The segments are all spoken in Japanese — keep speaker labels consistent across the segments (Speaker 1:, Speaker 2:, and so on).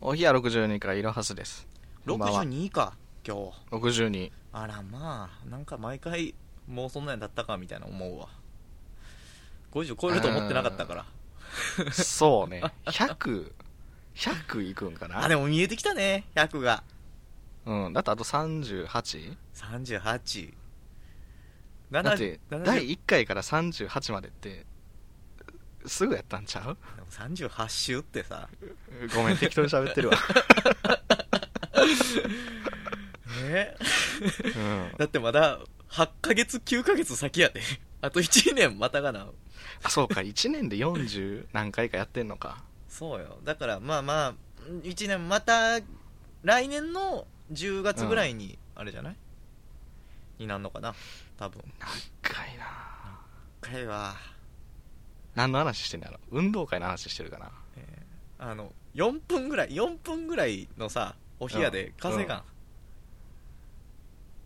Speaker 1: おひや62回いろはすです。こんばんは
Speaker 2: 62か今日
Speaker 1: 62。
Speaker 2: あらまあなんか毎回もうそんなんだったかみたいな思うわ50超えると思ってなかったから
Speaker 1: そう ね。100、100いくんか
Speaker 2: あ
Speaker 1: な
Speaker 2: でも見えてきたね100が
Speaker 1: うん。だってあと 38?
Speaker 2: 38
Speaker 1: だって、
Speaker 2: 70
Speaker 1: 第1回から38までって、すぐやったんちゃう
Speaker 2: でも38周ってさ
Speaker 1: ごめん、適当に喋って るわ。
Speaker 2: ね
Speaker 1: うん。
Speaker 2: だってまだ8ヶ月9ヶ月先やであと1年またがな
Speaker 1: あ、そうか、1年で40何回かやってんのか。
Speaker 2: そうよだからまあまあ1年また来年の10月ぐらいに、あれじゃないになんのかな多分
Speaker 1: かいな
Speaker 2: 一回は
Speaker 1: 何の話してんのやろ運動会の話してるかな
Speaker 2: あの4分ぐらい4分ぐらいのさお部屋で稼がん、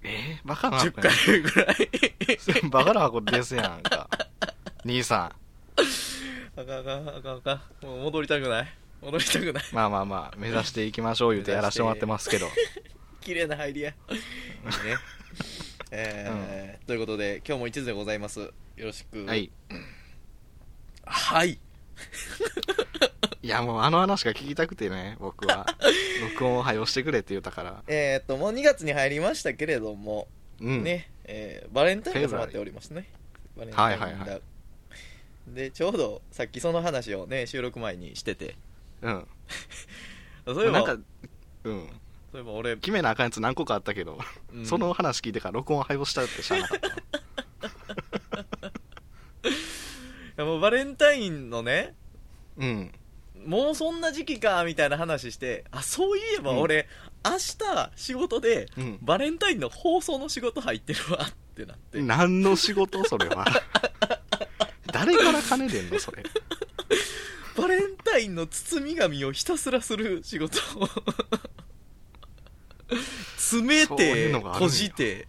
Speaker 1: えー、バカな
Speaker 2: 10回ぐらい
Speaker 1: 回バカな箱ですやんか。兄さ
Speaker 2: あかんあかんあかんあかんもう戻りたくない戻りたくない
Speaker 1: ん、まあまあまあ、目指していきましょう言うてやらせてもらってますけ ど。
Speaker 2: 綺麗な入りやいいねえーということで今日も一途でございますよろしく
Speaker 1: はい。
Speaker 2: はい
Speaker 1: いや、もうあの話が聞きたくてね、僕 は。録音をはよしてくれって言ったから。
Speaker 2: えーっともう2月に入りましたけれども、
Speaker 1: うん。
Speaker 2: ね、えーバレンタインが迫っておりますねバレンタインだ、
Speaker 1: はいはいは
Speaker 2: でちょうどさっきその話をね収録前にしてて
Speaker 1: うん。
Speaker 2: そういえば
Speaker 1: なんか、うん。
Speaker 2: そういえば俺、
Speaker 1: 決めなあかんやつ何個かあったけど、
Speaker 2: うん
Speaker 1: その話聞いてから録音を配布したって知らなかった わ。
Speaker 2: いやもうバレンタインのね
Speaker 1: うん。
Speaker 2: もうそんな時期かみたいな話してあそういえば
Speaker 1: うん
Speaker 2: 俺、明日仕事で
Speaker 1: うん
Speaker 2: バレンタインの放送の仕事入ってるわってなって、
Speaker 1: 何の仕事それ は。誰から金出んのそれ。
Speaker 2: バレンタインの包み紙をひたすらする仕事 を詰め
Speaker 1: そういう
Speaker 2: て
Speaker 1: のがあるんや
Speaker 2: 閉じて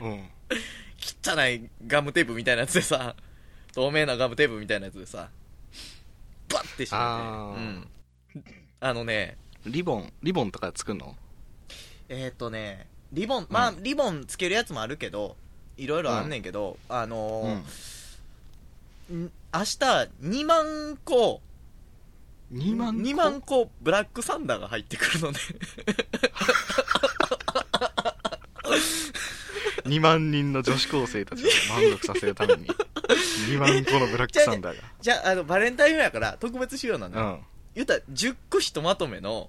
Speaker 1: うん。
Speaker 2: 汚いガムテープみたいなやつでさ 透明なガムテープみたいなやつでさバッてし
Speaker 1: あ
Speaker 2: まっ
Speaker 1: ー
Speaker 2: て、うん、あのね
Speaker 1: リボン、リボンとか作んの
Speaker 2: えーっ、とねリボンまあ、
Speaker 1: うん
Speaker 2: リボンつけるやつもあるけどいろいろあんねんけど、あのー
Speaker 1: うん。
Speaker 2: ん明日2万個
Speaker 1: 2万個
Speaker 2: 2万個ブラックサンダーが入ってくるのね
Speaker 1: 2万人の女子高生たちを満足させるため に、2万個のブラックサンダー
Speaker 2: じゃああのバレンタインフェアから特別仕様なんだ、
Speaker 1: が。
Speaker 2: 言ったら10個ひとまとめの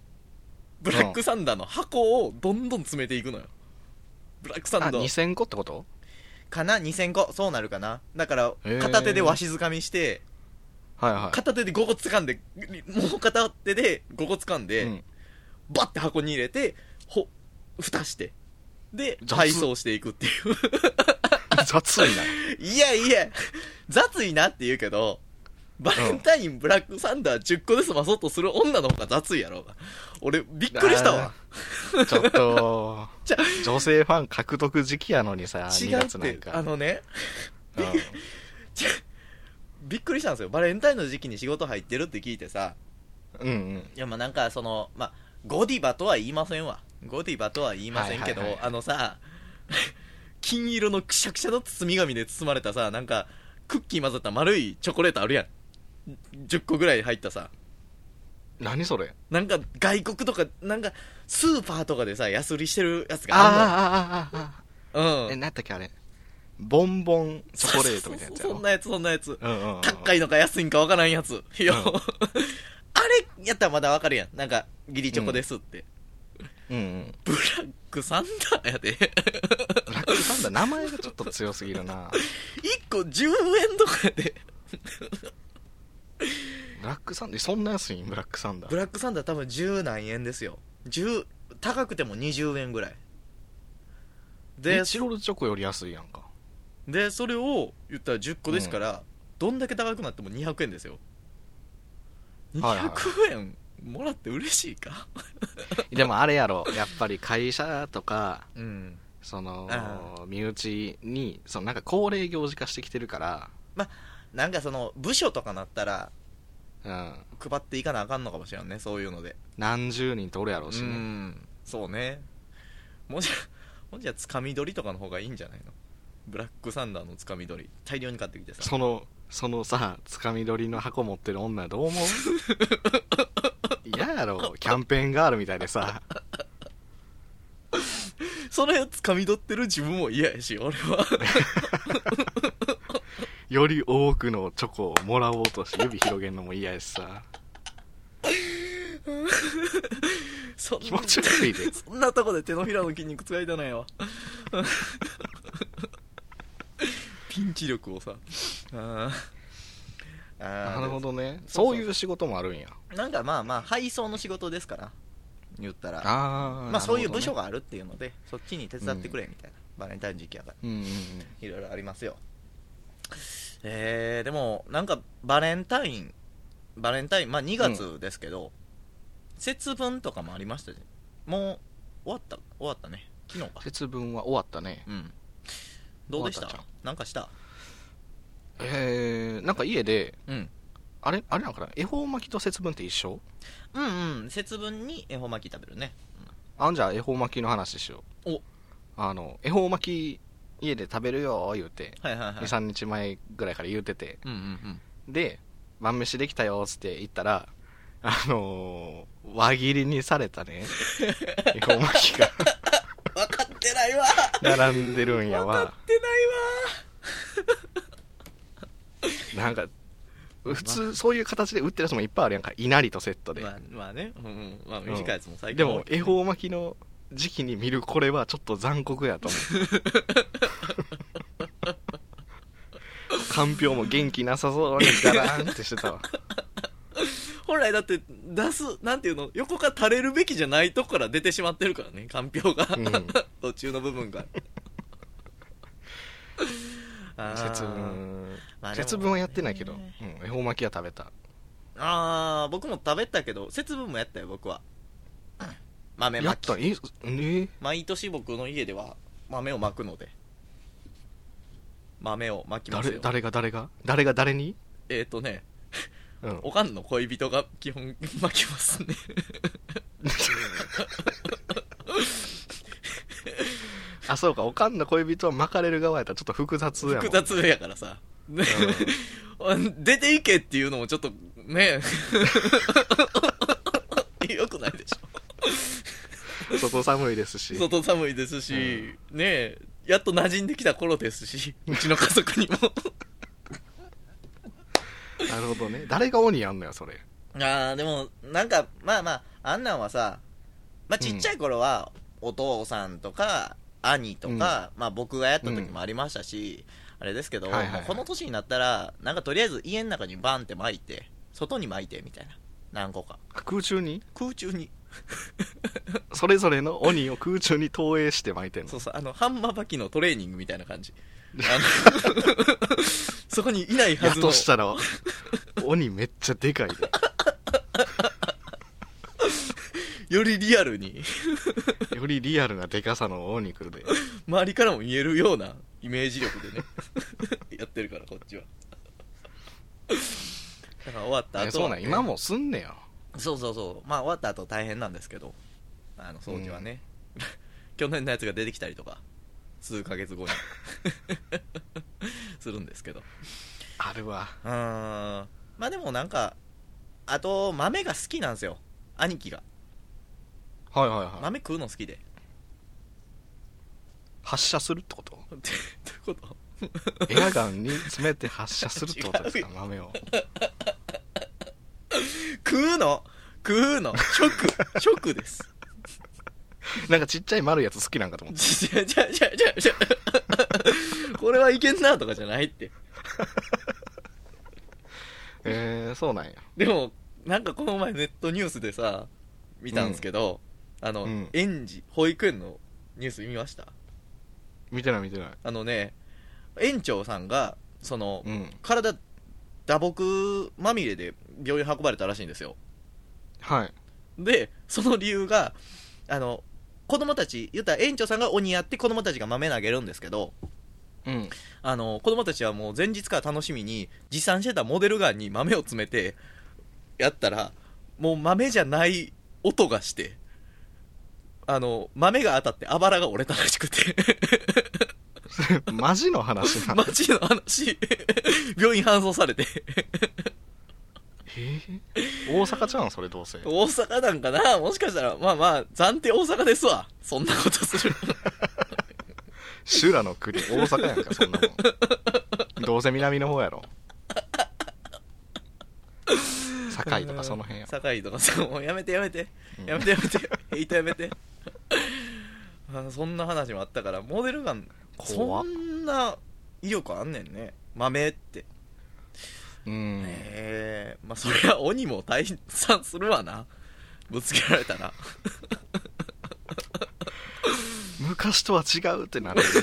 Speaker 2: ブラックサンダーの箱をどんどん詰めていくのよブラックサ
Speaker 1: うん。あ、
Speaker 2: ンダー
Speaker 1: 2000個ってこと
Speaker 2: かな2000個そうなるかなだから
Speaker 1: へー
Speaker 2: 片手でわしづかみして
Speaker 1: はいはい。
Speaker 2: 片手で5個掴んでもう片手で5個掴んで、
Speaker 1: うん
Speaker 2: バッて箱に入れて、ほ、蓋して。で、
Speaker 1: 雑
Speaker 2: 配送していくっていう。
Speaker 1: 雑いな。
Speaker 2: いやいや、雑いなって言うけど、バレンタイン、ブラックサンダー10個で済まそうとする女の方が雑いやろうが。俺、びっくりしたわ。
Speaker 1: ちょっと
Speaker 2: じゃ、
Speaker 1: 女性ファン獲得時期やのにさ、2
Speaker 2: 違う
Speaker 1: 月
Speaker 2: っ
Speaker 1: なん
Speaker 2: て、あ
Speaker 1: か。
Speaker 2: のね、
Speaker 1: うん
Speaker 2: びっくりしたんですよ。バレンタインの時期に仕事入ってるって聞いてさ、
Speaker 1: うんうん。
Speaker 2: いやまあなんかその、まあ、ゴディバとは言いませんわ。ゴディバとは言いませんけど、
Speaker 1: はいはいはい
Speaker 2: あのさ、 金色のくしゃくしゃの包み紙で包まれたさ、なんか、クッキー混ざった丸いチョコレートあるやん。10個ぐらい入ったさ。
Speaker 1: 何それ
Speaker 2: なんか外国とか、なんかスーパーとかでさ、安売りしてるやつがあ
Speaker 1: ああ、ああ、あ
Speaker 2: るの。
Speaker 1: あ。
Speaker 2: う
Speaker 1: え、
Speaker 2: ん。
Speaker 1: なんやったっけあれ。ボンボンチョコレートみたいなやつや
Speaker 2: そうそうそうそ
Speaker 1: ろ
Speaker 2: ん。なやつ、そんなやつ。
Speaker 1: うんうんうん。
Speaker 2: 高いのか安いんかわからんやつ。いや、
Speaker 1: うん
Speaker 2: あれやったらまだわかるやん。なんか、ギリチョコですって。
Speaker 1: うんうん。
Speaker 2: ブラックサンダーやで。
Speaker 1: ブラックサンダー、名前がちょっと強すぎるな。
Speaker 2: 1個10円とかで
Speaker 1: ブラックサンダー、そんな安いんブラックサンダ
Speaker 2: ブ
Speaker 1: ー。
Speaker 2: ラックサンダー多分10何円ですよ10高くても20円ぐらいで
Speaker 1: で、チロルチョコより安いやんか。
Speaker 2: でそれを言ったら10個ですから、どんだけ高くなっても200円ですよ
Speaker 1: はいはい
Speaker 2: 200円もらって嬉しいか、
Speaker 1: でもあれやろ、やっぱり会社とか、
Speaker 2: うん
Speaker 1: その
Speaker 2: あ、
Speaker 1: 身内に、そのなんか恒例行事化してきてるから、
Speaker 2: なんかその部署とかなったら
Speaker 1: うん、
Speaker 2: 配っていかなあかんのかもしれんねそういうので
Speaker 1: 何十人とおるやろ
Speaker 2: う
Speaker 1: うしね
Speaker 2: んそうねもじゃ もじゃつかみ取りとかの方がいいんじゃないのブラックサンダーのつかみ取り大量に買ってきてさ
Speaker 1: そのそのさつかみ取りの箱持ってる女どう思う嫌やろキャンペーンガールみたいでさ
Speaker 2: それつかみ取ってる自分も嫌やし俺は
Speaker 1: より多くのチョコをもらおうとして指広げんのも嫌やしさ
Speaker 2: そんな
Speaker 1: 気持ち悪いで
Speaker 2: そんなとこで手のひらの筋肉使いたないわ ピンチ力をさあーあー
Speaker 1: なるほどね
Speaker 2: そ
Speaker 1: そ
Speaker 2: うそう
Speaker 1: ういう仕事もあるんや
Speaker 2: なんかまあまあ配送の仕事ですから言ったら
Speaker 1: ああ
Speaker 2: まあそういう部署
Speaker 1: が
Speaker 2: があるっていうのでそっちに手伝ってくれみたいな、バレンタイン時期やから
Speaker 1: うんうんうん
Speaker 2: いろいろありますよえー、でもなんかバレンタインバレンタインまあ2月ですけど、節分とかもありましたしもう終わった終わったね昨日か
Speaker 1: 節分は終わったね
Speaker 2: うんどうでした
Speaker 1: 終わった
Speaker 2: なんかした
Speaker 1: えー、なんか家で
Speaker 2: うん
Speaker 1: あれあれなんかな恵方巻きと節分って一緒
Speaker 2: うんうん節分に恵方巻き食べるね
Speaker 1: あんじゃあ恵方巻きの話しよう
Speaker 2: お
Speaker 1: あの恵方巻き家で食べるよー言うて
Speaker 2: はいはいはい
Speaker 1: 23日前ぐらいから言うてて
Speaker 2: うんうん
Speaker 1: で晩飯できたよーっつって言ったらあのー、輪切りにされた ね恵方巻きが
Speaker 2: うん分かってないわ
Speaker 1: 並んでるんやわ
Speaker 2: 分かってないわ
Speaker 1: なんか普通そういう形で売ってるやつもいっぱいあるやんか稲荷とセットで、
Speaker 2: まあ、まあね、うんうん、まあ短いやつも最
Speaker 1: で
Speaker 2: 近
Speaker 1: も
Speaker 2: 多いけ
Speaker 1: 恵
Speaker 2: どね、
Speaker 1: 方巻きの時期に見るこれはちょっと残酷やと思うかんぴょうも元気なさそうにガラーンってしてたわ
Speaker 2: 本来だって出すなんていうの横が垂れるべきじゃないとこから出てしまってるからねかんぴょうが、
Speaker 1: うん
Speaker 2: 途中の部分が あ ー
Speaker 1: 節分
Speaker 2: まあでも
Speaker 1: 節分はやってないけど、
Speaker 2: ね
Speaker 1: うん、恵方巻きは食べた
Speaker 2: ああ僕も食べたけど節分もやったよ僕は 豆
Speaker 1: やっ
Speaker 2: まき
Speaker 1: たええ
Speaker 2: 毎年僕の家では豆をまくので豆をまきます
Speaker 1: 誰
Speaker 2: よ
Speaker 1: 誰が誰が誰が誰に、
Speaker 2: えっ、とね
Speaker 1: うん、
Speaker 2: おかんの恋人が基本 まきますね
Speaker 1: あそうかおかんの恋人は巻かれる側やったらちょっと複雑やもん
Speaker 2: 複雑やからさ、 出ていけっていうのもちょっとね よくないで し
Speaker 1: 外寒いですし
Speaker 2: ょ外寒いですし、ねえやっと馴染んできた頃です しうちの家族にも
Speaker 1: なるほどね誰が鬼やんのやそれ
Speaker 2: ああでもなんかまあまああんなんはさ、まあ、ちっちゃい頃はお父さんとか兄とか、まあ、僕がやった時もありましたし、あれですけど、
Speaker 1: はいはいはい
Speaker 2: もうこの年になったらなんかとりあえず家の中にバンって巻いて外に巻いてみたいな何個か
Speaker 1: 空中に
Speaker 2: 空中に
Speaker 1: それぞれの鬼を空中に投影して巻いてんの
Speaker 2: そうそう、あの、ハンマーばきのトレーニングみたいな感じ。あ のそこにいないは
Speaker 1: や
Speaker 2: ずの
Speaker 1: とし。たら鬼めっちゃでかいで
Speaker 2: よりリアルに、
Speaker 1: よりリアルなでかさの鬼来るで
Speaker 2: 周りからも見えるようなイメージ力 でね、やってるから、こっちは。だから終わった後は、
Speaker 1: えそうなん今。もすんねや
Speaker 2: そうそうそう。まあ終わった後大変なんですけど、あの、掃除はね、 去年のやつが出てきたりとか、数ヶ月 後に、 するんですけど。
Speaker 1: あるわ
Speaker 2: うーんまあでもなんかあと豆が好きなんですよ兄貴が
Speaker 1: はいはいはい
Speaker 2: 豆食うの好きで
Speaker 1: 発射するってこと
Speaker 2: どういうこと
Speaker 1: エアガンに詰めて発射するってこと ですか豆を
Speaker 2: 食うの食うの食食です
Speaker 1: なんかちっちゃい丸いやつ好きなんかと思って
Speaker 2: じゃじゃじゃじゃじゃこれはいけんなとかじゃないって
Speaker 1: えー、そうなんや
Speaker 2: でもなんかこの前ネットニュースでさ見たんですけど、あの、
Speaker 1: うん
Speaker 2: 園児保育園のニュース見ました
Speaker 1: 見てない見てない
Speaker 2: あのね園長さんがその、
Speaker 1: うん
Speaker 2: 体打撲まみれで病院運ばれたらしいんですよ
Speaker 1: はい
Speaker 2: でその理由があの子供たち言ったら園長さんが鬼やって子供たちが豆投げるんですけど
Speaker 1: うん
Speaker 2: あの子供たちはもう前日から楽しみに持参してたモデルガンに豆を詰めてやったら、もう豆じゃない音がして、あの、豆が当たってあばらが折れたらしくて、
Speaker 1: マジの話な
Speaker 2: マジの話、 病院搬送されて、
Speaker 1: えー大阪じゃんそれどうせ
Speaker 2: 大阪なんかなもしかしたら、まあまあ、暫定大阪ですわ。そんなことする。
Speaker 1: 修羅の国大阪やんかそんなもんどうせ南の方やろ堺とかその辺やろ
Speaker 2: 堺とかそうもうやめてやめて
Speaker 1: うん
Speaker 2: やめてやめてヘイトやめて あのそんな話もあったからモデルガン
Speaker 1: 怖っ
Speaker 2: そんな威力あんねんね豆って
Speaker 1: うん
Speaker 2: ええまあそりゃ鬼も退散するわなぶつけられたら
Speaker 1: 昔とは違うってなるし、ね、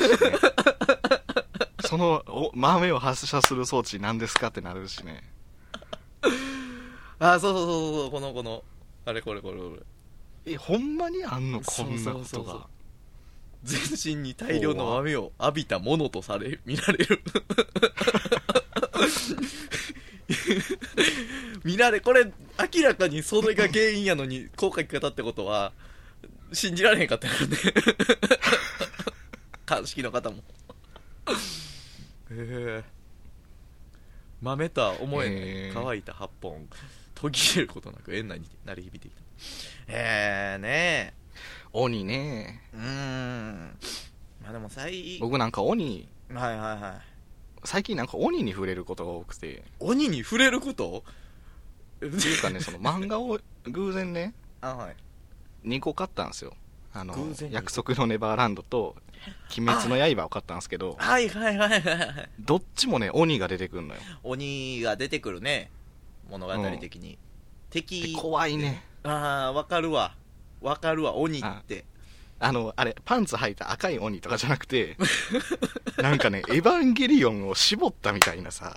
Speaker 1: そのお豆を発射する装置何ですかってなるしね
Speaker 2: あそうそうそうそうこのこのあれこれこれこれ
Speaker 1: えほんまにあんのこんな
Speaker 2: そ
Speaker 1: こ
Speaker 2: うそ
Speaker 1: と
Speaker 2: うそうそう
Speaker 1: が
Speaker 2: 全身に大量の豆を浴びたものとされ 見られる見られこれ明らかにそれが原因やのに効果き方ってことは信じられへんかったよね 鑑識の方もええ豆とは思え
Speaker 1: へえ
Speaker 2: ない乾いた8本途切れることなく園内に鳴り響いてきたええねえ
Speaker 1: 鬼ね
Speaker 2: うーん。まあでも最、
Speaker 1: 僕なんか鬼
Speaker 2: はいはいはい。
Speaker 1: 最近なんか鬼に触れることが多くて
Speaker 2: 鬼に触れることって
Speaker 1: っていうかねその漫画を偶然ね
Speaker 2: あ、はい。
Speaker 1: 2個買ったんですよあの
Speaker 2: 偶然に
Speaker 1: 約束のネバーランド と鬼滅の刃を買ったんですけど
Speaker 2: はいはいはいはい。
Speaker 1: どっちもね鬼が出てくんのよ
Speaker 2: 鬼が出てくるね。物語的に。
Speaker 1: で
Speaker 2: 敵。
Speaker 1: 怖いね
Speaker 2: ああ、わかるわ。わかるわ、鬼って。
Speaker 1: あのあれパンツ履いた赤い鬼とかじゃなく てなんかねエヴァンゲリオンを絞ったみたいな さ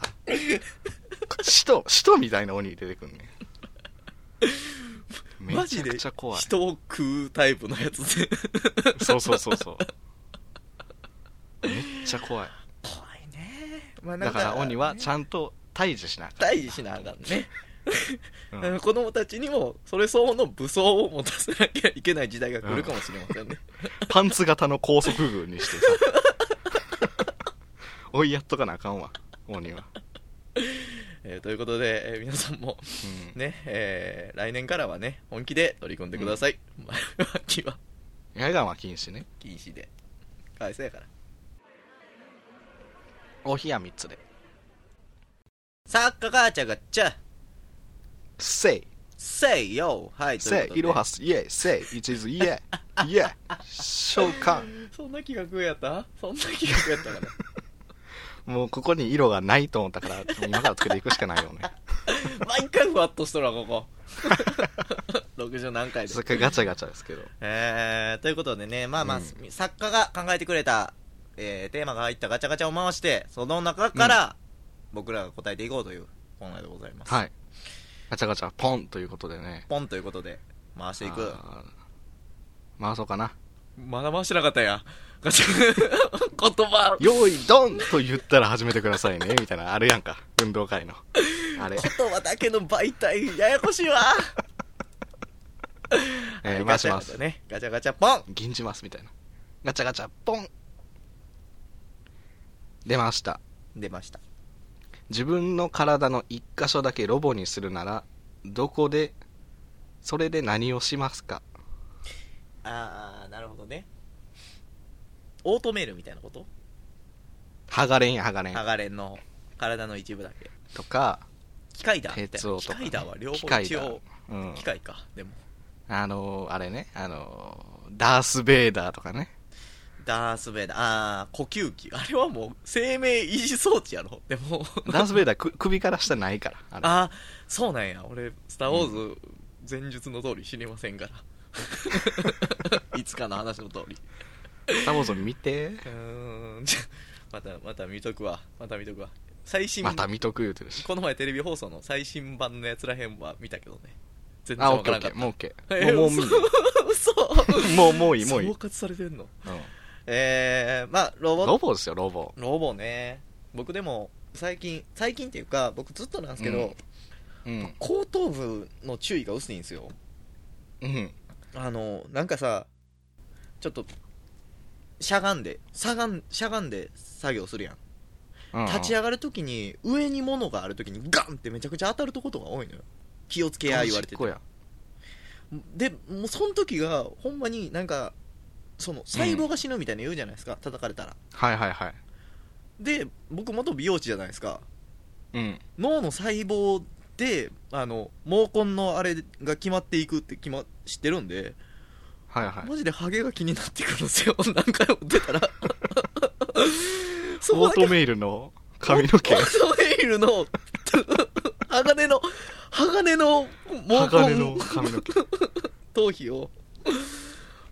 Speaker 1: 使徒使徒みたいな鬼出てくんねめ
Speaker 2: マ
Speaker 1: ち
Speaker 2: ジ
Speaker 1: ゃ
Speaker 2: で
Speaker 1: くちゃ怖い
Speaker 2: 人を食うタイプのやつで。
Speaker 1: そうそうそう そうめっちゃ怖い
Speaker 2: 怖いね。まあ
Speaker 1: だから鬼はち
Speaker 2: ん
Speaker 1: ゃんと退治しなあかん
Speaker 2: 退治しなあかんね。
Speaker 1: うん
Speaker 2: あの子供たちにもそれ相応の武装を持たせなきゃいけない時代が来るかもしれませんね。
Speaker 1: パンツ型の高速軍にしてさ 追いやっとかなあかんわ鬼は、
Speaker 2: えーということで、えー皆さんも
Speaker 1: うん
Speaker 2: ね、えー来年からはね、本気で取り組んでください。前は気は
Speaker 1: 野眼は禁止ね
Speaker 2: 禁止で。かわいそうやから。
Speaker 1: お冷や3つで
Speaker 2: サッカーガーチャガッチャ、
Speaker 1: せい
Speaker 2: say yo! はい、とい
Speaker 1: せ
Speaker 2: うこと
Speaker 1: い
Speaker 2: で
Speaker 1: いろはすイエイせい一途イエイイエイ召喚
Speaker 2: そんな企画やったそんな企画やったかな。
Speaker 1: もうここに色がないと思ったから今からつけていくしかない よね
Speaker 2: 毎回ふわっとしとるわ、こ こ。60何回で
Speaker 1: そ。れからガチャガチャですけど
Speaker 2: えーということでね、まあまあ、
Speaker 1: うん
Speaker 2: 作家が考えてくれた、えーテーマが入ったガチャガチャを回して、その中から、僕らが答えていこうというコーナーでございます。
Speaker 1: はいガチャガチャポンということでね
Speaker 2: ポンということで、回していく。
Speaker 1: あー回そうかな
Speaker 2: まだ回してなかったや。 ガチャ、言葉。
Speaker 1: 用意ドンと言ったら始めてくださいねみたいなあるやんか運動会のあれ
Speaker 2: 言葉だけの媒体、ややこしいわ。
Speaker 1: えー、回しま
Speaker 2: ガチャガチャ
Speaker 1: す。
Speaker 2: ね。ガチャガチャポン。
Speaker 1: 銀じますみたいな。ガチャガチャ、ポン出ました。
Speaker 2: 出ました。
Speaker 1: 自分の体の一箇所だけロボにするなら、どこで、それで何をしますか
Speaker 2: あー、なるほどね。オートメールみたいなこと
Speaker 1: ハガレンやハガレン
Speaker 2: 剥。がれんの体の一部だけ。
Speaker 1: とか、
Speaker 2: 機械だみたい
Speaker 1: 鉄
Speaker 2: な。
Speaker 1: を
Speaker 2: 機
Speaker 1: とかね、
Speaker 2: 械だは両
Speaker 1: 機
Speaker 2: 方
Speaker 1: 械
Speaker 2: 一
Speaker 1: だ
Speaker 2: 応。
Speaker 1: うん
Speaker 2: 機。械か。でも、
Speaker 1: あのー、あれね、あのー、ダース・ベイダーとか ね。
Speaker 2: ダースベイダー。あー、呼吸器。あれはもう生命維持装置やろ。でも、
Speaker 1: ダース・ベイダーく首から下ないから。あれ
Speaker 2: あー、そうなんや。俺、スター・ウォーズ、前述の通り知りませ んから。いつかの話の通り。
Speaker 1: スター・ウォーズ見て。
Speaker 2: うーん、じゃまた、また見とくわ。また見とくわ。最新、
Speaker 1: また見とく言うてるし。
Speaker 2: この前テレビ放送の最新版のやつらへんは見たけどね。全然
Speaker 1: あ、
Speaker 2: わ
Speaker 1: オッ
Speaker 2: か
Speaker 1: ケー
Speaker 2: ら
Speaker 1: オッ
Speaker 2: なか
Speaker 1: ケ
Speaker 2: っ
Speaker 1: ー。
Speaker 2: た。
Speaker 1: もうオッケー。も
Speaker 2: え
Speaker 1: うもう
Speaker 2: 嘘
Speaker 1: 見る
Speaker 2: 嘘
Speaker 1: もう、もういい、もういい
Speaker 2: 総。括されてんの
Speaker 1: うん
Speaker 2: えー、まあ、ロボット
Speaker 1: ロボですよ、ロボ。
Speaker 2: ロボね僕でも最近最近っていうか僕ずっとなんですけど、
Speaker 1: うんうん。
Speaker 2: 後頭部の注意が薄いんですよ
Speaker 1: うん。
Speaker 2: あのなんかさちょっとしゃがんでしゃがんしゃがんで作業するやん立ち
Speaker 1: 上
Speaker 2: 上がるときに上に物があるときにガンってめちゃくちゃ当たるとことが多いのよ気をつけや言われてて
Speaker 1: や。
Speaker 2: でもうその時がほんまになんかその細胞が死ぬみたいな言うじゃないですか、叩かれたら
Speaker 1: はいはいはい。
Speaker 2: で僕元美容師じゃないですか
Speaker 1: うん。
Speaker 2: 脳の細胞であの毛根のあれが決まっていくって決、ま、知ってるんで、
Speaker 1: はいはい。
Speaker 2: マジでハゲが気になってくるんですよ 何回も 出たらそこ
Speaker 1: オ
Speaker 2: だ
Speaker 1: ー
Speaker 2: け
Speaker 1: トメイルの髪の毛
Speaker 2: オ。ートメイルの 鋼の鋼の毛
Speaker 1: 鋼の
Speaker 2: 根
Speaker 1: 髪の毛。
Speaker 2: 頭皮を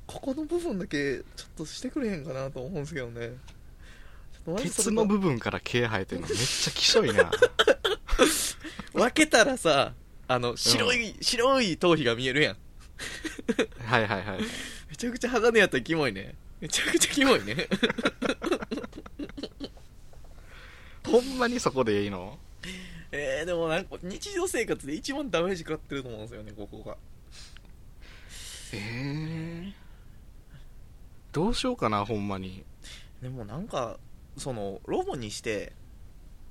Speaker 2: ここの部分だけちょっとしてくれへんかなと思うんですけどねちょっとマジそれ
Speaker 1: 鉄の部分から毛生えてるのめっちゃきしょい な。
Speaker 2: 分けたらさあの白い、白い頭皮が見えるやん
Speaker 1: はいはいはい。
Speaker 2: めちゃくちゃ鋼やったらキモいねめちゃくちゃキモい ね
Speaker 1: ほんまにそこでいいの
Speaker 2: えー、でもなんか日常生活で一番ダメージ食らってると思うんですよねここが
Speaker 1: ええどうしようかな、ほんまに。
Speaker 2: でもなんかそのロボにして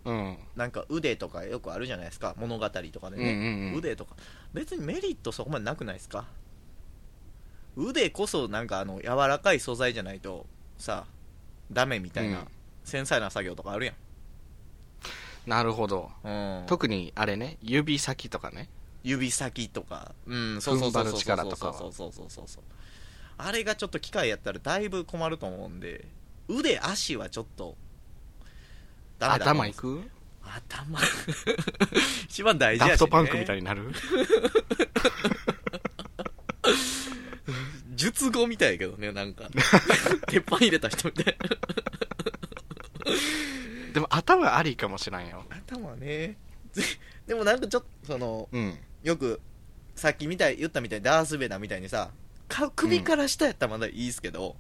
Speaker 1: うん。
Speaker 2: なんか腕とかよくあるじゃないですか物語とかで
Speaker 1: う
Speaker 2: ね、
Speaker 1: んうんうん。
Speaker 2: 腕とか別にメリットそこまでなくないですか腕こそなんかあの柔らかい素材じゃないとさダメみたいな、
Speaker 1: うん
Speaker 2: 繊細な作業とかあるや
Speaker 1: なるほど。
Speaker 2: ん、うん、
Speaker 1: 特にあれね、指先とかね。
Speaker 2: 指先とかうんそうそうそうそうそ
Speaker 1: 踏張る
Speaker 2: うん
Speaker 1: 力とかは
Speaker 2: そうそうそうそうそうあれがちょっと機械やったらだいぶ困ると思うんで腕足はちょっとダメだと思
Speaker 1: 頭
Speaker 2: うん
Speaker 1: い
Speaker 2: です
Speaker 1: く
Speaker 2: 頭 一番大事や
Speaker 1: ダ
Speaker 2: し、ね、
Speaker 1: フトパンクみたいになる
Speaker 2: 術後みたいやけどねなん か鉄板入れた人みたいな
Speaker 1: でも頭ありかもしらんよ。
Speaker 2: 頭ねぜでもなんかちょっとその
Speaker 1: うん。
Speaker 2: よくさっきみたい言ったみたいにダース・ベイダーみたいにさか首から下やったらまだいいですけど、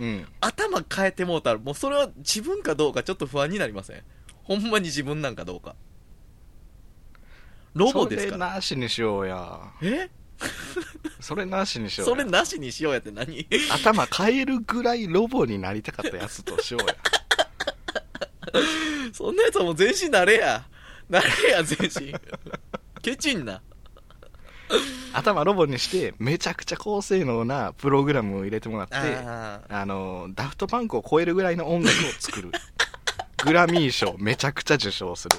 Speaker 1: うん。
Speaker 2: 頭変えてもうたらもうそれは自分かどうかちょっと不安になりませんほんまに自分なんかどうかロボです
Speaker 1: それ
Speaker 2: から
Speaker 1: なしにしようや。
Speaker 2: え
Speaker 1: それなしにしよう
Speaker 2: そ
Speaker 1: や。
Speaker 2: れなしにしようやって何
Speaker 1: 頭変えるぐらいロボになりたかったやつとしようや。
Speaker 2: そんなやつはもう全身なれやなれや全身ケチんな
Speaker 1: 頭ロボにして、めちゃくちゃ高性能なプログラムを入れてもらって、あ
Speaker 2: ああ
Speaker 1: の、ダフトパンクを超えるぐらいの音楽を作る。グラミー賞めちゃくちゃ受賞する。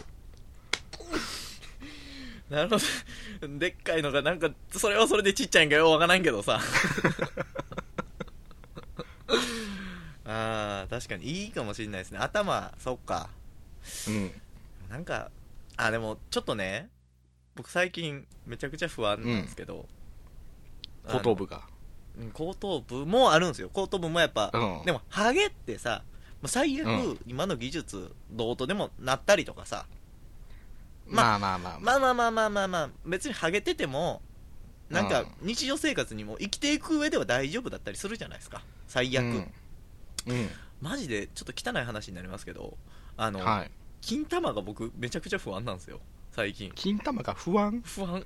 Speaker 2: なるほど。でっかいのが、なんか、それはそれでちっちゃいんかよ、わからんけどさ。 ああ、確かにいいかもしれないですね。頭、そっか。
Speaker 1: うん。
Speaker 2: なんか、あ、でも、ちょっとね、僕最近、めちゃくちゃ不安なんですけど。あの
Speaker 1: 後頭。部が。
Speaker 2: うん後頭部もあるんですよ。後頭部もやっぱ、
Speaker 1: うん
Speaker 2: でも、ハゲってさ、もう最悪、
Speaker 1: う
Speaker 2: 今の技術、どうとでもなったりとかさ、
Speaker 1: まあまあまあまあ。
Speaker 2: まあまあまあまあまあまあ別にハゲててもなん
Speaker 1: う
Speaker 2: か
Speaker 1: ん
Speaker 2: 日常生活にも生きていく上では大丈夫だったりするじゃないですか最悪、
Speaker 1: うん。うん
Speaker 2: マジでちょっと汚い話になりますけどあの、
Speaker 1: はい。
Speaker 2: 金玉が僕めちゃくちゃ不安なんですよ最近
Speaker 1: 金玉が不安
Speaker 2: 不安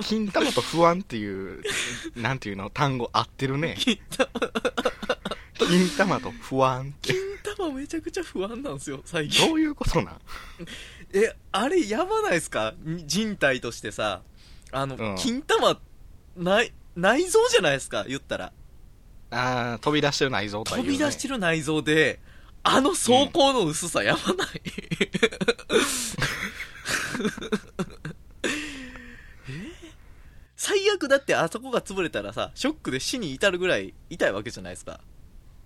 Speaker 1: 金玉と不安っていう、なんていうの、単語合ってる ね。
Speaker 2: 金玉
Speaker 1: 金玉と不安って。
Speaker 2: 金玉めちゃくちゃ不安なんですよ最近
Speaker 1: どういうことなん
Speaker 2: えあれやばないですかに人体としてさあの、
Speaker 1: うん
Speaker 2: 金玉ない内臓じゃないですか言ったら
Speaker 1: あー飛び出してる内臓とは
Speaker 2: 飛
Speaker 1: 言う、ね、
Speaker 2: び出してる内臓で、あの走行の薄さやばない、え最悪だってあそこが潰れたらさ、ショックで死に至るぐらい痛いわけじゃないですか。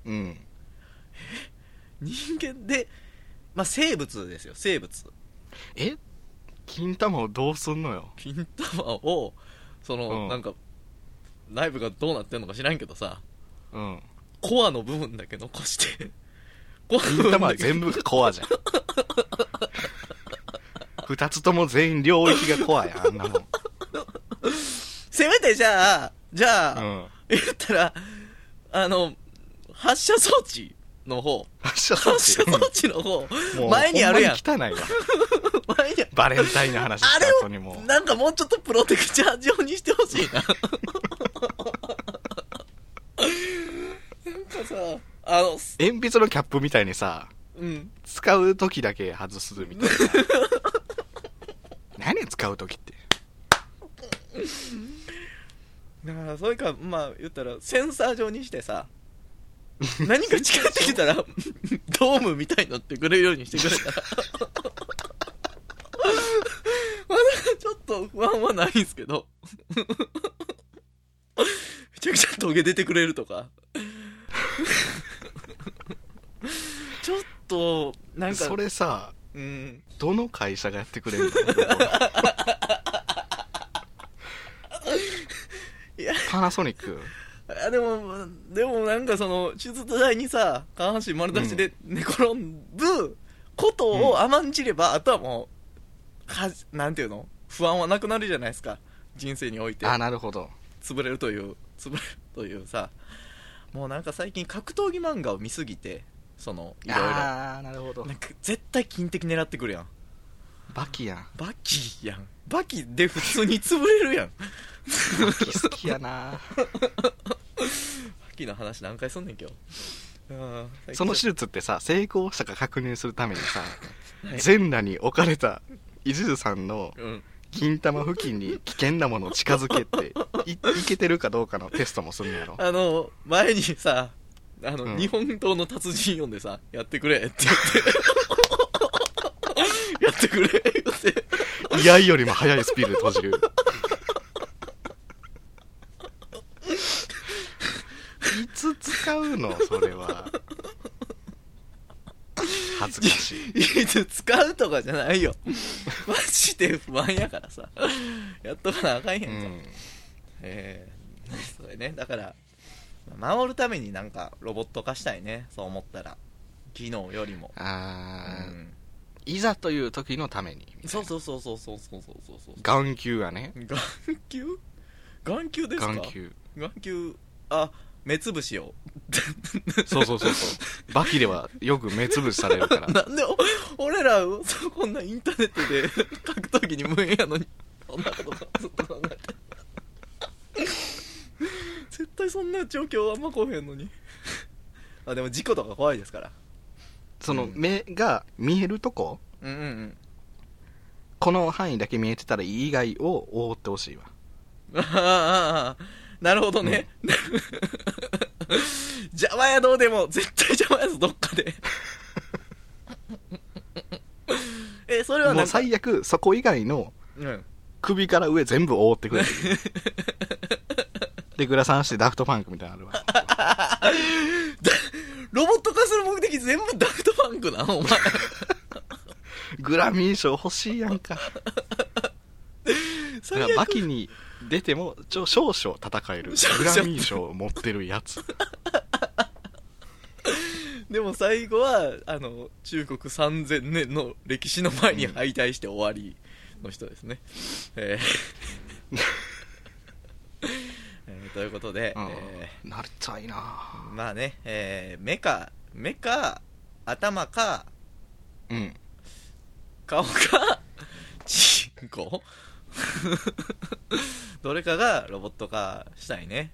Speaker 1: うん
Speaker 2: 人間で、まあ、生物ですよ、生物。
Speaker 1: え金玉をどうすんのよ
Speaker 2: 金玉を、その、
Speaker 1: うん
Speaker 2: なんか、内部がどうなってんのか知らんけどさ、
Speaker 1: うん
Speaker 2: コアの部分だけ残して、コアの
Speaker 1: 金玉は
Speaker 2: だけ
Speaker 1: 全部がコアじゃん二つとも全員領域がコアやんあんなもん、
Speaker 2: せめてじゃあ、じゃあ、
Speaker 1: うん、
Speaker 2: 言ったら、あの、発射装置の方、
Speaker 1: 発射装
Speaker 2: 発
Speaker 1: 置
Speaker 2: 射装置の方、
Speaker 1: もう
Speaker 2: 前にあるやん。
Speaker 1: ほんまに汚いわ。
Speaker 2: 前にあ
Speaker 1: バレンタインの話した後にも
Speaker 2: れを、なんかもうちょっとプロテクチャー状にしてほ しいな。なんかさ、あの、す
Speaker 1: 鉛筆のキャップみたいにさ、
Speaker 2: うん。
Speaker 1: 使う時だけ外すみ たいな。何使う時って。
Speaker 2: だから、それか、まあ、言ったら、センサー状にし てさ、何か近寄ってきたら、ドームみたいになってくれるようにしてくれたら。 まだちょっと不安はないんですけど。めちゃくちゃトゲ出てくれる とか。ちょっと、なんか、
Speaker 1: それさ、
Speaker 2: うん。
Speaker 1: どの会社がやってくれるの
Speaker 2: いや
Speaker 1: パナソニック
Speaker 2: あでも、でもなんかその、手術台にさ、下半身丸出しで寝転ぶことを甘んじれば、あとはもう、かじなんていうの不安はなくなるじゃないですか。人生において。
Speaker 1: あ、なるほど。
Speaker 2: 潰れるという、潰れるというさ。もうなんか最近格闘技漫画を見すぎて、その、いろいろ。な
Speaker 1: あー、なるほど
Speaker 2: ん。か絶対金的狙ってくるやん。
Speaker 1: バキや ん。
Speaker 2: バキやん。バキで普通に潰れるやん。 バ
Speaker 1: バキ好きやな。
Speaker 2: キの話何回すんねん今日。うん最近
Speaker 1: その手術ってさ、成功したか確認するためにさ、
Speaker 2: はい
Speaker 1: 全裸に置かれた伊集さんの
Speaker 2: うん。
Speaker 1: 金玉付近に危険なものを近づけて、い、いけてるかどうかのテストもするんやろ。
Speaker 2: あの、前にさ、あの、
Speaker 1: うん
Speaker 2: 日本刀の達人読んでさ、やってくれって言って。 やってくれって言って。
Speaker 1: 居合よりも速いスピードで閉じる。いつ使うのそれは。恥ずかしい。
Speaker 2: いつ使うとかじゃないよ。マジで不安やからさ。やっとかなあかんやん
Speaker 1: う
Speaker 2: か。
Speaker 1: ん。
Speaker 2: えー、それね、だから、守るためになんかロボット化したいね。そう思ったら。技能よりも。
Speaker 1: あー、
Speaker 2: うん
Speaker 1: いざという時のために。
Speaker 2: そうそうそうそうそうそうそうそうそう。
Speaker 1: 眼球はね。
Speaker 2: 眼球眼球ですか
Speaker 1: 眼球。
Speaker 2: 眼球あ目つぶしを
Speaker 1: そうそうそうそう。バキではよく目つぶしされるから。
Speaker 2: なんでお俺らそこんなインターネットで格闘技に無縁やのにそんなことばずっと考えて絶対そんな状況あんま来へんのにあでも事故とか怖いですから
Speaker 1: その目が見えるとこ
Speaker 2: うんうんうん
Speaker 1: この範囲だけ見えてたらいい以外を覆ってほしいわ。
Speaker 2: ああああなるほどね、邪魔やどうでも絶対邪魔やぞどっか でえそれは
Speaker 1: も
Speaker 2: な
Speaker 1: うん
Speaker 2: か
Speaker 1: 最悪、そこ以外の
Speaker 2: うん
Speaker 1: 首から上全部覆って くれる。で、グラサンしてダフトパンクみたいなのあるわ。
Speaker 2: ロボット化する目的全部ダフトパンクなのお前
Speaker 1: グラミー賞欲しいやんか。だ
Speaker 2: 最
Speaker 1: からバ
Speaker 2: 悪
Speaker 1: キに出ても、ちょ、少々戦える。
Speaker 2: 少々
Speaker 1: グラミー賞を持ってるや つ。
Speaker 2: でも最後はあの中国3000年の歴史の前に敗退して終わりの人ですね、え ーえーということで、
Speaker 1: うん
Speaker 2: え
Speaker 1: なりたいな
Speaker 2: ーまあね、えー目か目か頭か
Speaker 1: うん。
Speaker 2: 顔かチンコどれかがロボット化したいね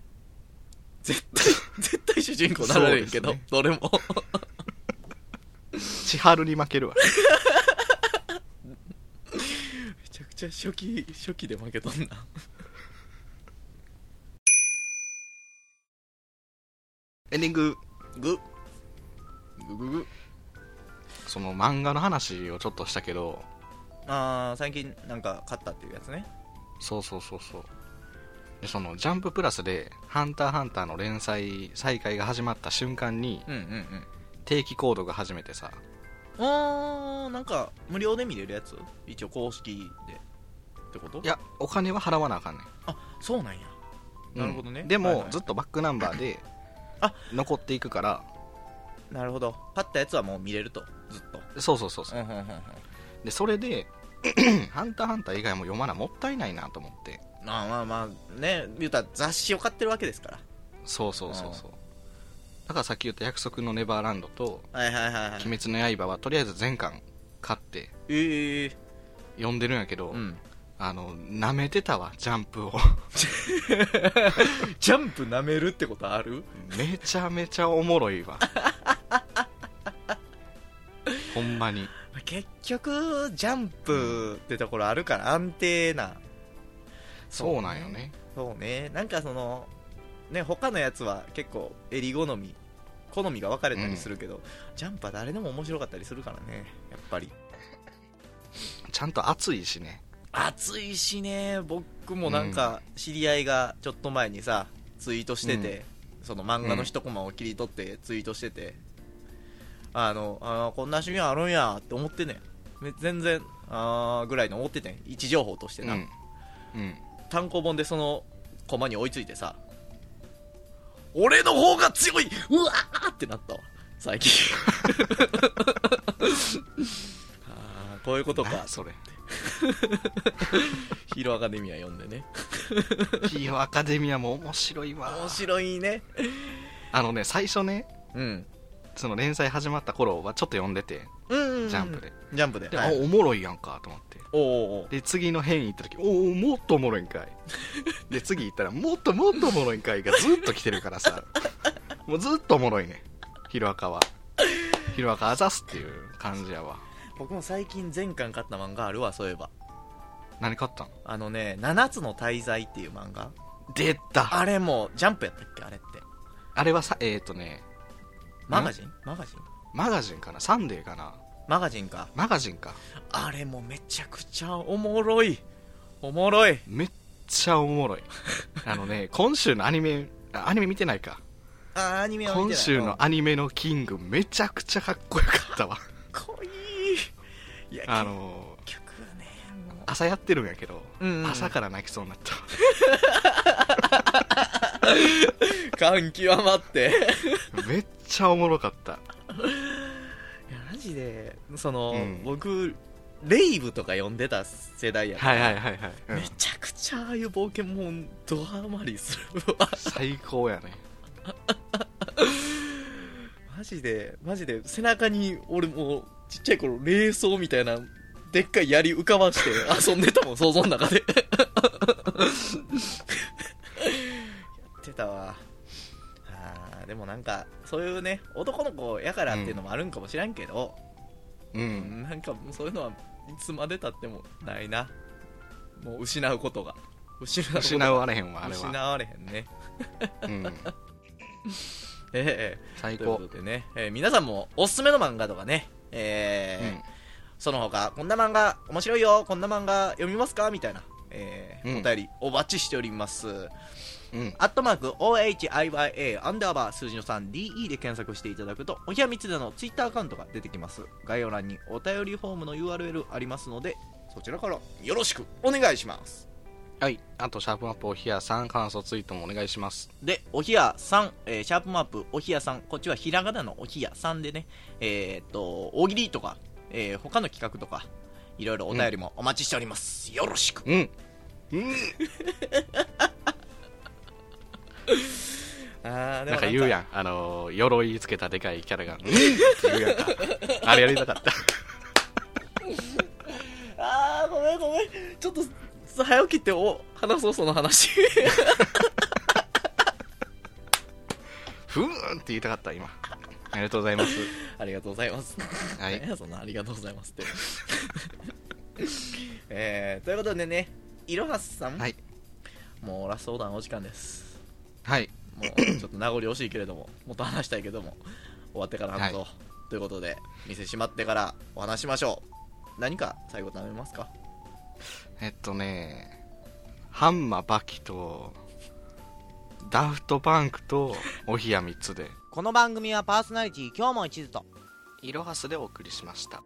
Speaker 2: 絶対絶対主人公なられんけど、
Speaker 1: そうですね
Speaker 2: どれも
Speaker 1: 千春に負けるわ。
Speaker 2: めちゃくちゃ初期初期で負けとんな
Speaker 1: エンディング。
Speaker 2: ググググ
Speaker 1: その漫画の話をちょっとしたけど、
Speaker 2: あー最近なんか勝ったっていうやつね
Speaker 1: そうそうそうそう。でそのジャンププラスで、ハンターハンターの連載再開が始まった瞬間に、
Speaker 2: うんうんうん
Speaker 1: 定期購読が始めてさ、
Speaker 2: あーなんか無料で見れるやつ一応公式でってこと
Speaker 1: いや、お金は払わなあかんねん。
Speaker 2: あそうなんやなるほどね
Speaker 1: うんでも、
Speaker 2: はいはい
Speaker 1: ずっとバックナンバーで
Speaker 2: あ
Speaker 1: 残っていくから
Speaker 2: なるほど勝ったやつはもう見れるとずっと
Speaker 1: そうそうそうそう
Speaker 2: うんうんうんうん
Speaker 1: でそれで 「ハンターハンター」以外も読まなもったいないなと思って
Speaker 2: まあまあまあね言うたら雑誌を買ってるわけですから
Speaker 1: そうそうそうそうだだからさっき言った「約束のネバーランド」と
Speaker 2: はいはいはいは
Speaker 1: 「
Speaker 2: い
Speaker 1: 鬼滅の刃」はとりあえず全巻買って
Speaker 2: ええ
Speaker 1: 読んでるんやけど、
Speaker 2: うん
Speaker 1: あの舐めてたわジャンプを
Speaker 2: ジャンプ舐めるってことある
Speaker 1: めちゃめちゃおもろ いわほんまに
Speaker 2: 結局ジャンプってところあるから安定な
Speaker 1: そうなんよね
Speaker 2: そうねなんかそのね他のやつは結構襟好み好みが分かれたりするけど、ジャンプは誰でも面白かったりするからねやっぱり
Speaker 1: ちゃんと熱いしね
Speaker 2: 暑いしね僕もなんか知り合いがちょっと前にさツイートしてて、その漫画の一コマを切り取ってツイートしてて、あのあーこんな趣味あるんやって思ってねめ全然あーぐらいの思っててん位置情報として
Speaker 1: うん
Speaker 2: な、
Speaker 1: うん
Speaker 2: 単行本でそのコマに追いついてさ俺の方が強いうわーってなったわ最近 あーこういうことか
Speaker 1: 何それ
Speaker 2: ヒーローアカデミア読んでね
Speaker 1: ヒーローアカデミアも面白いわ
Speaker 2: 面白いね
Speaker 1: あのね最初ね
Speaker 2: うん
Speaker 1: その連載始まった頃はちょっと読んでて
Speaker 2: うん
Speaker 1: ジャンプで
Speaker 2: ジャンプで
Speaker 1: で、
Speaker 2: は
Speaker 1: あ
Speaker 2: い
Speaker 1: おもろいやんかと思って
Speaker 2: おうおうおう
Speaker 1: で次の変異行った時おおもっとおもろいん かいで次行ったらもっともっとおもろいんかいがずっと来てるから さもうずっとおもろいねヒロアカはヒロアカあざすっていう感じやわ
Speaker 2: 僕も最近全巻買った漫画あるわそういえば
Speaker 1: 何買ったの
Speaker 2: あのね「七つの大罪」っていう漫画
Speaker 1: 出たあ
Speaker 2: あれもジャンプやったっけあれって
Speaker 1: れはさえっ、ー、とね
Speaker 2: マガジンマガジン
Speaker 1: マガジンかなサンデーかな
Speaker 2: マガジンか
Speaker 1: マガジンか
Speaker 2: あれもめちゃくちゃおもろいおもろい
Speaker 1: めっちゃおもろい あのね今週のアニメあアニメ見てないか
Speaker 2: あーアニメは見てない
Speaker 1: 今週
Speaker 2: うん
Speaker 1: のアニメのキングめちゃくちゃかっこよかった わ
Speaker 2: かっこいいいや
Speaker 1: あの
Speaker 2: 結局はねもう
Speaker 1: 朝やってるんやけど、
Speaker 2: うんうん
Speaker 1: 朝から泣きそうになった
Speaker 2: 感極まって
Speaker 1: めっちゃおもろかった
Speaker 2: いやマジでその、
Speaker 1: うん
Speaker 2: 僕レイブとか呼んでた世代やから、
Speaker 1: はいはいはいはい、うん
Speaker 2: めちゃくちゃああいう冒険もんドハマりするわ
Speaker 1: 最高やね
Speaker 2: マジでマジで背中に俺もうちっちゃい頃冷蔵みたいなでっかい槍浮かばして遊んでたもん想像の中でやってたわあーでもなんかそういうね男の子やからっていうのもあるんかもしらんけど、
Speaker 1: うん
Speaker 2: なんかそういうのはいつまでたってもないなもう失うことが失うことが
Speaker 1: 失われへんわあれ
Speaker 2: 失
Speaker 1: は、
Speaker 2: われへんね
Speaker 1: うん、
Speaker 2: ええ
Speaker 1: 最
Speaker 2: というこ
Speaker 1: 高
Speaker 2: とでね、えー皆さんもおすすめの漫画とかね、えーその他こんな漫画面白いよこんな漫画読みますかみたいな、えー
Speaker 1: うん
Speaker 2: お便りお待ちしております
Speaker 1: うんうん
Speaker 2: アットマーク OHIYA アンダーバー数字の 3DE で検索していただくとおひやみつでのツイッターアカウントが出てきます概要欄にお便りフォームの URL ありますのでそちらからよろしくお願いします
Speaker 1: はいあとシャープマップおひやさん感想ツイートもお願いします
Speaker 2: で、おひやさん、えーシャープマップ、おひやさん、こっちはひらがなのおひやさんでね、えーっと、大喜利とか、えー他の企画とか、いろいろお便りもお待ちしております。よろしく。
Speaker 1: うんうん
Speaker 2: あー
Speaker 1: なんか言うやんあのー鎧つけたでかいキャラが「うん」って言うやんかあれやりたかった
Speaker 2: あー、ごめんごめん。ちょっと、さ早起きってお、話そうその 話。
Speaker 1: ふーんって言いたかった今ありがとうございます
Speaker 2: ありがとうございます。
Speaker 1: はい
Speaker 2: 何や そんなありがとうございますって。 えー、ということでね、いろはさん、
Speaker 1: はい
Speaker 2: もうラストオーダーのお時間です。
Speaker 1: はい
Speaker 2: もうちょっと名残惜しいけれども、もっと話したいけども、終わってから話そう。
Speaker 1: は
Speaker 2: ということで、店閉まってからお話しましょう。何か最後食べますか
Speaker 1: えっとねハンマーバキとダフトパンクとおひや3つで
Speaker 3: この番組はパーソナリティ今日も一途と
Speaker 1: いろはすでお送りしました